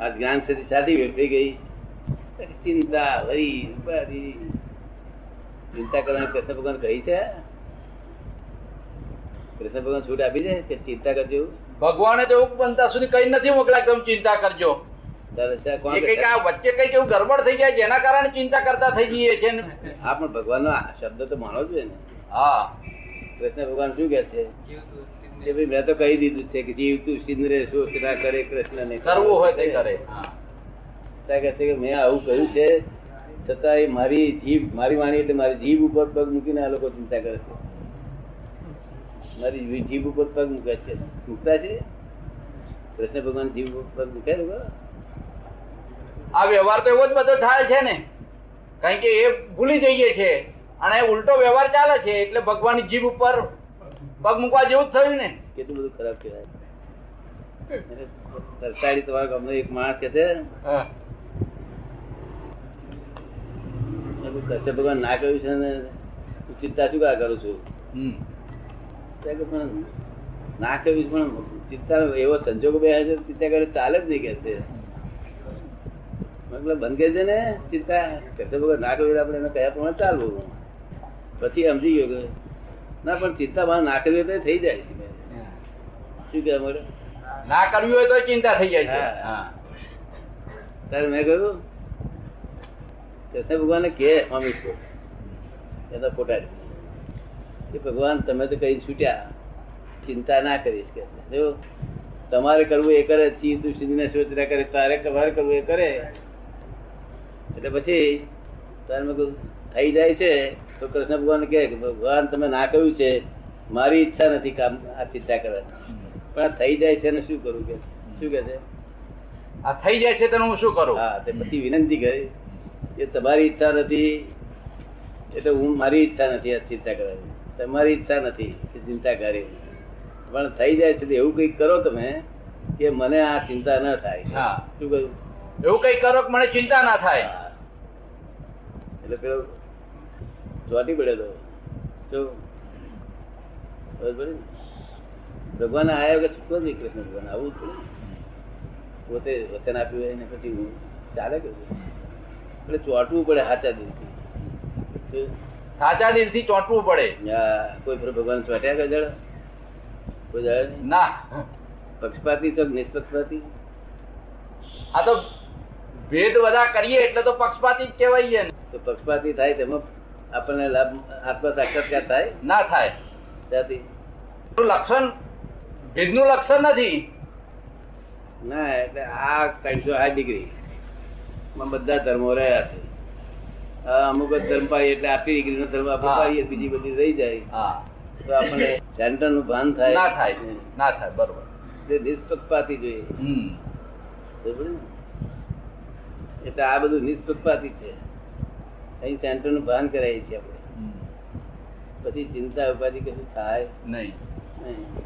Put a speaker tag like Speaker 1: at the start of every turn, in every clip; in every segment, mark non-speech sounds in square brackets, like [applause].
Speaker 1: આ જ્ઞાન સ્થિતિ સાદી વેઠવી ગઈ પછી ચિંતા વરી ઉપાધિ ચિંતા કરવાની કૃષ્ણ ભગવાન કહી છે કૃષ્ણ ભગવાન છૂટ આપી છે કે ચિંતા કરજો
Speaker 2: ભગવાને તો એવું બનતા સુધી કઈ નથી મોકલા તમે ચિંતા કરજો
Speaker 1: તારે છે કોણ
Speaker 2: એ કંઈક આ વચ્ચે કંઈક એવું ગરબડ થઈ જાય જેના કારણે ચિંતા કરતા થઈ જઈએ છે ને.
Speaker 1: આ પણ ભગવાનનો આ શબ્દ તો માનો જ હોય ને
Speaker 2: હા
Speaker 1: કૃષ્ણ ભગવાન શું કે છે કે ભાઈ મેં તો કહી દીધું છે કે જીવ તું સિંદરે શોષ ના કરે કૃષ્ણ ને
Speaker 2: કરવું હોય તે કરે
Speaker 1: કે છે કે મેં આવું કહ્યું છે છતાં એ મારી જીભ મારી વાણી એટલે મારી જીભ ઉપર પગ મૂકીને આ લોકો ચિંતા કરે છે મારી જીભ ઉપર પગ મૂકે છે મૂકતા છે કૃષ્ણ ભગવાન જીભ ઉપર પગ મૂકે છે બરાબર?
Speaker 2: આ વ્યવહાર તો એવો જ બધો થાય છે ને કારણ કે એ ભૂલી જઈએ છે અને ઉલટો વ્યવહાર ચાલે છે એટલે ભગવાનની જીભ ઉપર પગ મૂકવા જેવું જ થયું ને
Speaker 1: કેટલું બધું ખરાબ કહેવાય સરકારી તમારા ગામનો એક માણસ કે છે મેં કીધું, કૃષ્ણ ભગવાન ના કહ્યું છે ને હું ચિંતા શું કા કરું છું
Speaker 2: હમ.
Speaker 1: ત્યાં કે પણ ના કહ્યું છે પણ ચિંતા એવો સંજોગ બે છે ચિંતા કરે ચાલે જ નહીં કે છે મતલબ બંધ કરી દે ને ચિંતા કૃષ્ણ ભગવાન ના કહ્યું એટલે આપણે એને કયા પ્રમાણે ચાલવું પછી સમજી ગયો કે ના પણ ચિંતા મારે ના કરવી હોય તો એ થઈ જાય છે મેં. શું કે અમારે
Speaker 2: ના કરવી હોય તો ચિંતા થઈ જાય છે
Speaker 1: હા.
Speaker 2: હા.
Speaker 1: ત્યારે મેં કહ્યું કૃષ્ણ ભગવાને કે અમિત કો એના ખોટા છે. કે ભગવાન તમે તો કઈ છૂટ્યા ચિંતા ના કરીશ કે છે. જો તમારે કરવું એ કરે ચી તું સિંધને સોચના કરે તારે તમારે કરવું એ કરે એટલે પછી તારે મેં કહ્યું થઈ જાય છે તો કૃષ્ણ ભગવાન કહે કે ભગવાન તમે ના કહ્યું છે મારી ઈચ્છા નથી કામ આ ચિંતા કરવાની પણ આ થઈ જાય છે ને શું કરવું કે શું કે છે
Speaker 2: આ થઈ જાય છે તેનું હું શું કરું
Speaker 1: હા તે પછી વિનંતી કરી કે તમારી ઈચ્છા નથી એટલે હું મારી ઈચ્છા નથી આ ચિંતા કરવાની તમારી ઈચ્છા નથી કે ચિંતા કરી પણ થઈ જાય છે તો એવું કંઈક કરો તમે કે મને આ ચિંતા ન થાય
Speaker 2: હા.
Speaker 1: શું કહ્યું
Speaker 2: એવું કઈ કરો કે મને ચિંતા ના થાય
Speaker 1: હા. એટલે પેલો ચોટી પડેલો તો ખબર પડી ને? ભગવાન આવ્યા કે છૂટકો નહીં કૃષ્ણ ભગવાન આવું જ પડે. પોતે વચન આપ્યું હોય ને પછી હું ચાલે કે એટલે ચોંટવું પડે હાચા દિલથી તો
Speaker 2: સાચા દિલથી ચોંટવું પડે
Speaker 1: આ કોઈ પર ભગવાન ચોંટ્યા કે જળ કોઈ જળ નહીં
Speaker 2: ના
Speaker 1: પક્ષપાતી ચોક નિષ્પક્ષપાતી
Speaker 2: આ તો ભેદ બધા કરીએ એટલે તો પક્ષપાતી જ કહેવાય ને
Speaker 1: તો પક્ષપાતી થાય તેમાં આપણને લાભ આત્મ સાક્ષાત્કાર થાય
Speaker 2: ના થાય
Speaker 1: ત્યાંથી
Speaker 2: એનું લક્ષણ ભેદનું લક્ષણ નથી
Speaker 1: ના એટલે આ ત્રણસો આ ડિગ્રી માં બધા ધર્મો રહ્યા છે આ અમુક જ ધર્મ પાડીએ એટલે આટલી ડિગ્રી નો ધર્મ આપણે
Speaker 2: હા.
Speaker 1: પાડીએ બીજી બધી રહી જાય
Speaker 2: હા
Speaker 1: તો
Speaker 2: [laughs]
Speaker 1: આપણને સેન્ટર નું ભાન થાય
Speaker 2: ના થાય ના થાય બરોબર
Speaker 1: તે નિષ્પક્ષપાતી જોઈએ
Speaker 2: હમ.
Speaker 1: બરોબર ને? એટલે આ બધું નિષ્પક્ષપાતી છે અહીં સેન્ટર નું ભાન કરાવીએ છીએ આપણે
Speaker 2: હમ.
Speaker 1: પછી ચિંતા ઉપાધિ કશું થાય
Speaker 2: નહીં
Speaker 1: નહીં.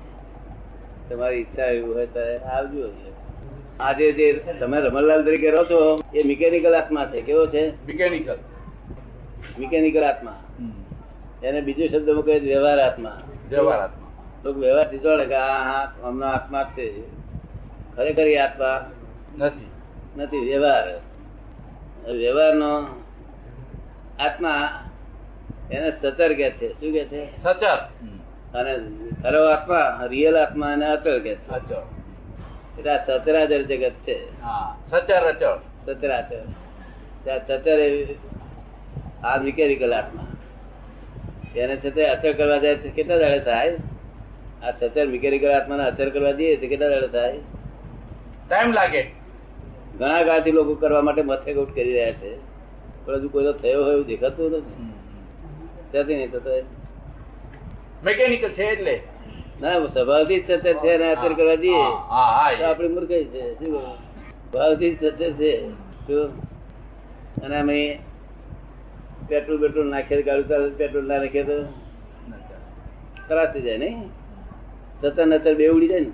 Speaker 1: તમારી ઈચ્છા એવું હોય તો આવજો આજે જે તમે રમણલાલ તરીકે રહો છો એ મિકેનિકલ આત્મા છે કેવો છે
Speaker 2: મિકેનિકલ
Speaker 1: મિકેનિકલ આત્મા
Speaker 2: હમ.
Speaker 1: એને બીજો શબ્દમાં કહે છે વ્યવહાર આત્મા
Speaker 2: વ્યવહારાત્મક
Speaker 1: લોકો વ્યવહારથી જોડે કે આ આ હમણાં આત્મા જ છે ખરેખર એ આત્મા
Speaker 2: નથી
Speaker 1: નથી વ્યવહાર વ્યવહારનો આત્મા એને સતર કે છે શું કે છે
Speaker 2: સચર હમ.
Speaker 1: અને ખરો આત્મા રિયલ આત્મા અને અચળ કે છે
Speaker 2: અચળ
Speaker 1: એટલે આ સતરાચર જગત છે
Speaker 2: હા સચર અચળ
Speaker 1: સતરાચર ત્યાં સતર એ આ મિકેનિકલ આત્મા એને છતાં અસર કરવા જાય તો કેટલા દાડે થાય આ સતર મિકેનિકલ આત્માને અસર કરવા જઈએ તો કેટલા દાડે થાય
Speaker 2: ટાઈમ લાગે
Speaker 1: ઘણા કાળથી લોકો કરવા માટે મથેગોટ કરી રહ્યા છે પણ હજુ કોઈનો થયો હોય એવું દેખાતું નથી ત્યાંથી નહીં થતો એ.
Speaker 2: મિકેનિકલ છે એટલે
Speaker 1: ના સ્વભાવથી જ સતર છે અને અસર કરવા જઈએ
Speaker 2: હા, હા હા
Speaker 1: તો
Speaker 2: એ.
Speaker 1: આપણી મૂર્ખાઈ છે શું કહું? ભાવથી જ સતર છે શું? અને અમે પેટ્રોલ બેટ્રોલ નાખીએ તો ગાડી ચાલે, પેટ્રોલ ના નાખીએ તો ખરાબ થઈ જાય નહીં સતર નતર બે ઉડી જાય ને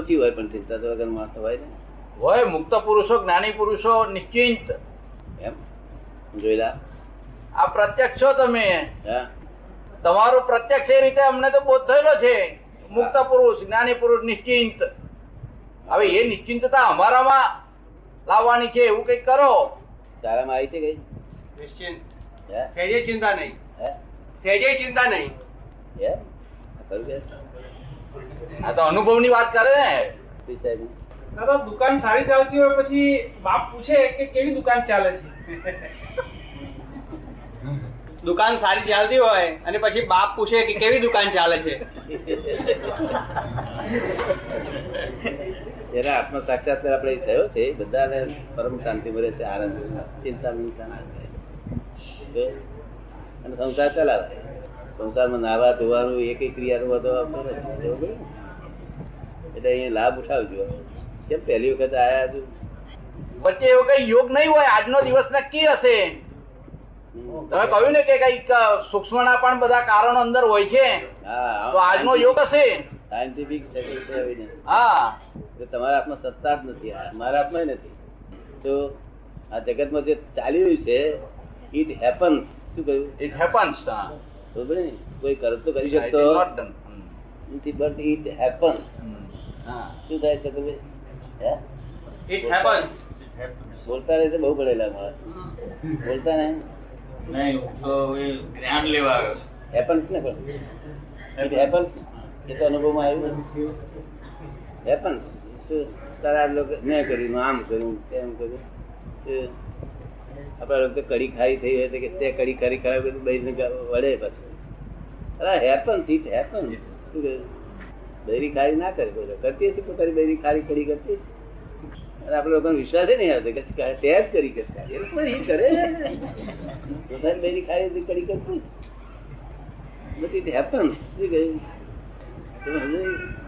Speaker 1: ઓછી હોય પણ ચિંતા તો વગર માણસો હોય ને
Speaker 2: હોય મુક્ત પુરુષો જ્ઞાની પુરુષો નિશ્ચિંત
Speaker 1: એમ જોયેલા
Speaker 2: આ પ્રત્યક્ષ છો તમે
Speaker 1: હા
Speaker 2: તમારું પ્રત્યક્ષ એ રીતે અમને તો બોધ થયેલો છે મુક્ત પુરુષ જ્ઞાની પુરુષ નિશ્ચિંત હવે એ નિશ્ચિંતતા અમારામાં લાવવાની છે એવું કંઈક કરો
Speaker 1: તારામાં આવી છે કઈ
Speaker 3: નિશ્ચિંત
Speaker 1: હે?
Speaker 3: સહેજે ચિંતા નહીં
Speaker 1: હે?
Speaker 3: સહેજે ચિંતા નહીં
Speaker 1: હે? આ ખરું કે?
Speaker 2: આ તો અનુભવની વાત કરે ને
Speaker 1: પિસાની.
Speaker 4: દાદા દુકાન સારી ચાલતી હોય પછી બાપ પૂછે કે કેવી દુકાન ચાલે છે
Speaker 3: દુકાન સારી ચાલતી હોય અને પછી બાપ પૂછે કે કેવી દુકાન ચાલે છે
Speaker 1: એના આત્મ સાક્ષાત્કાર આપણે થયો છે બધાને પરમ શાંતિ મળે છે આનંદ ચિંતા વિંતા ના થાય. તો અને સંસાર ચલાવે સંસારમાં નાવા ધોવાનું એક એક ક્રિયાનો બધો આપતો નથી. એવું નહીં? એટલે અહીંયા લાભ ઉઠાવજો કેમ પહેલી વખત આયા છું
Speaker 2: વચ્ચે એવો કઈ યોગ નહીં હોય આજનો દિવસ નક્કી હશે
Speaker 1: હમ.
Speaker 2: તમે કહ્યું ને કે કઈક સૂક્ષ્મના પણ બધા કારણો અંદર હોય છે
Speaker 1: હા
Speaker 2: તો આજનો યોગ હશે
Speaker 1: સાયન્ટિફિક સર્કલ છે આવી નહીં.
Speaker 2: હા
Speaker 1: એટલે તમારા હાથમાં સત્તા જ નથી આ મારા હાથમાં ય નથી તો આ જગતમાં જે ચાલી રહ્યું છે ઇટ હેપન શું કહ્યું
Speaker 2: ઇટ હેપન્સ
Speaker 1: ખબર ને કોઈ કરતો કરી શકતો નથી બટ ઇટ હેપન શું થાય છે તમે હે?
Speaker 3: ઇટ હેપન્સ
Speaker 1: બોલતા રહે તો બહુ ભણેલા માણસ બોલતા ને
Speaker 5: નહીં હું તો એ જ્ઞાન લેવા આવ્યો છું
Speaker 1: હેપન્સ ને પણ ઇટ હેપન્સ એ તો અનુભવમાં આવ્યું હેપન્સ શું તારા આ લોકો મેં કર્યું આમ કર્યું તેમ કર્યું શું? આપણા લોકો તો કડી ખારી થઈ હોય તો કે તે કડી ખારી ખાવા બધું બહીને વળે પાછું અરે હેપન ઇટ હેપન શું કહ્યું બૈરી ખારી ના કરે બોલો કરતી હતી પણ તારી બૈરી ખારી કડી કરતી હતી અને આપણે લોકોને વિશ્વાસ ય નહીં આવતો કે તે જ કરી કે ખારી. એ લોકો પણ એ કરે તો તારી બૈરી ખારી હતી, કડી કરતી જ. But it happens. શું કહ્યું? તમે સમજાયું?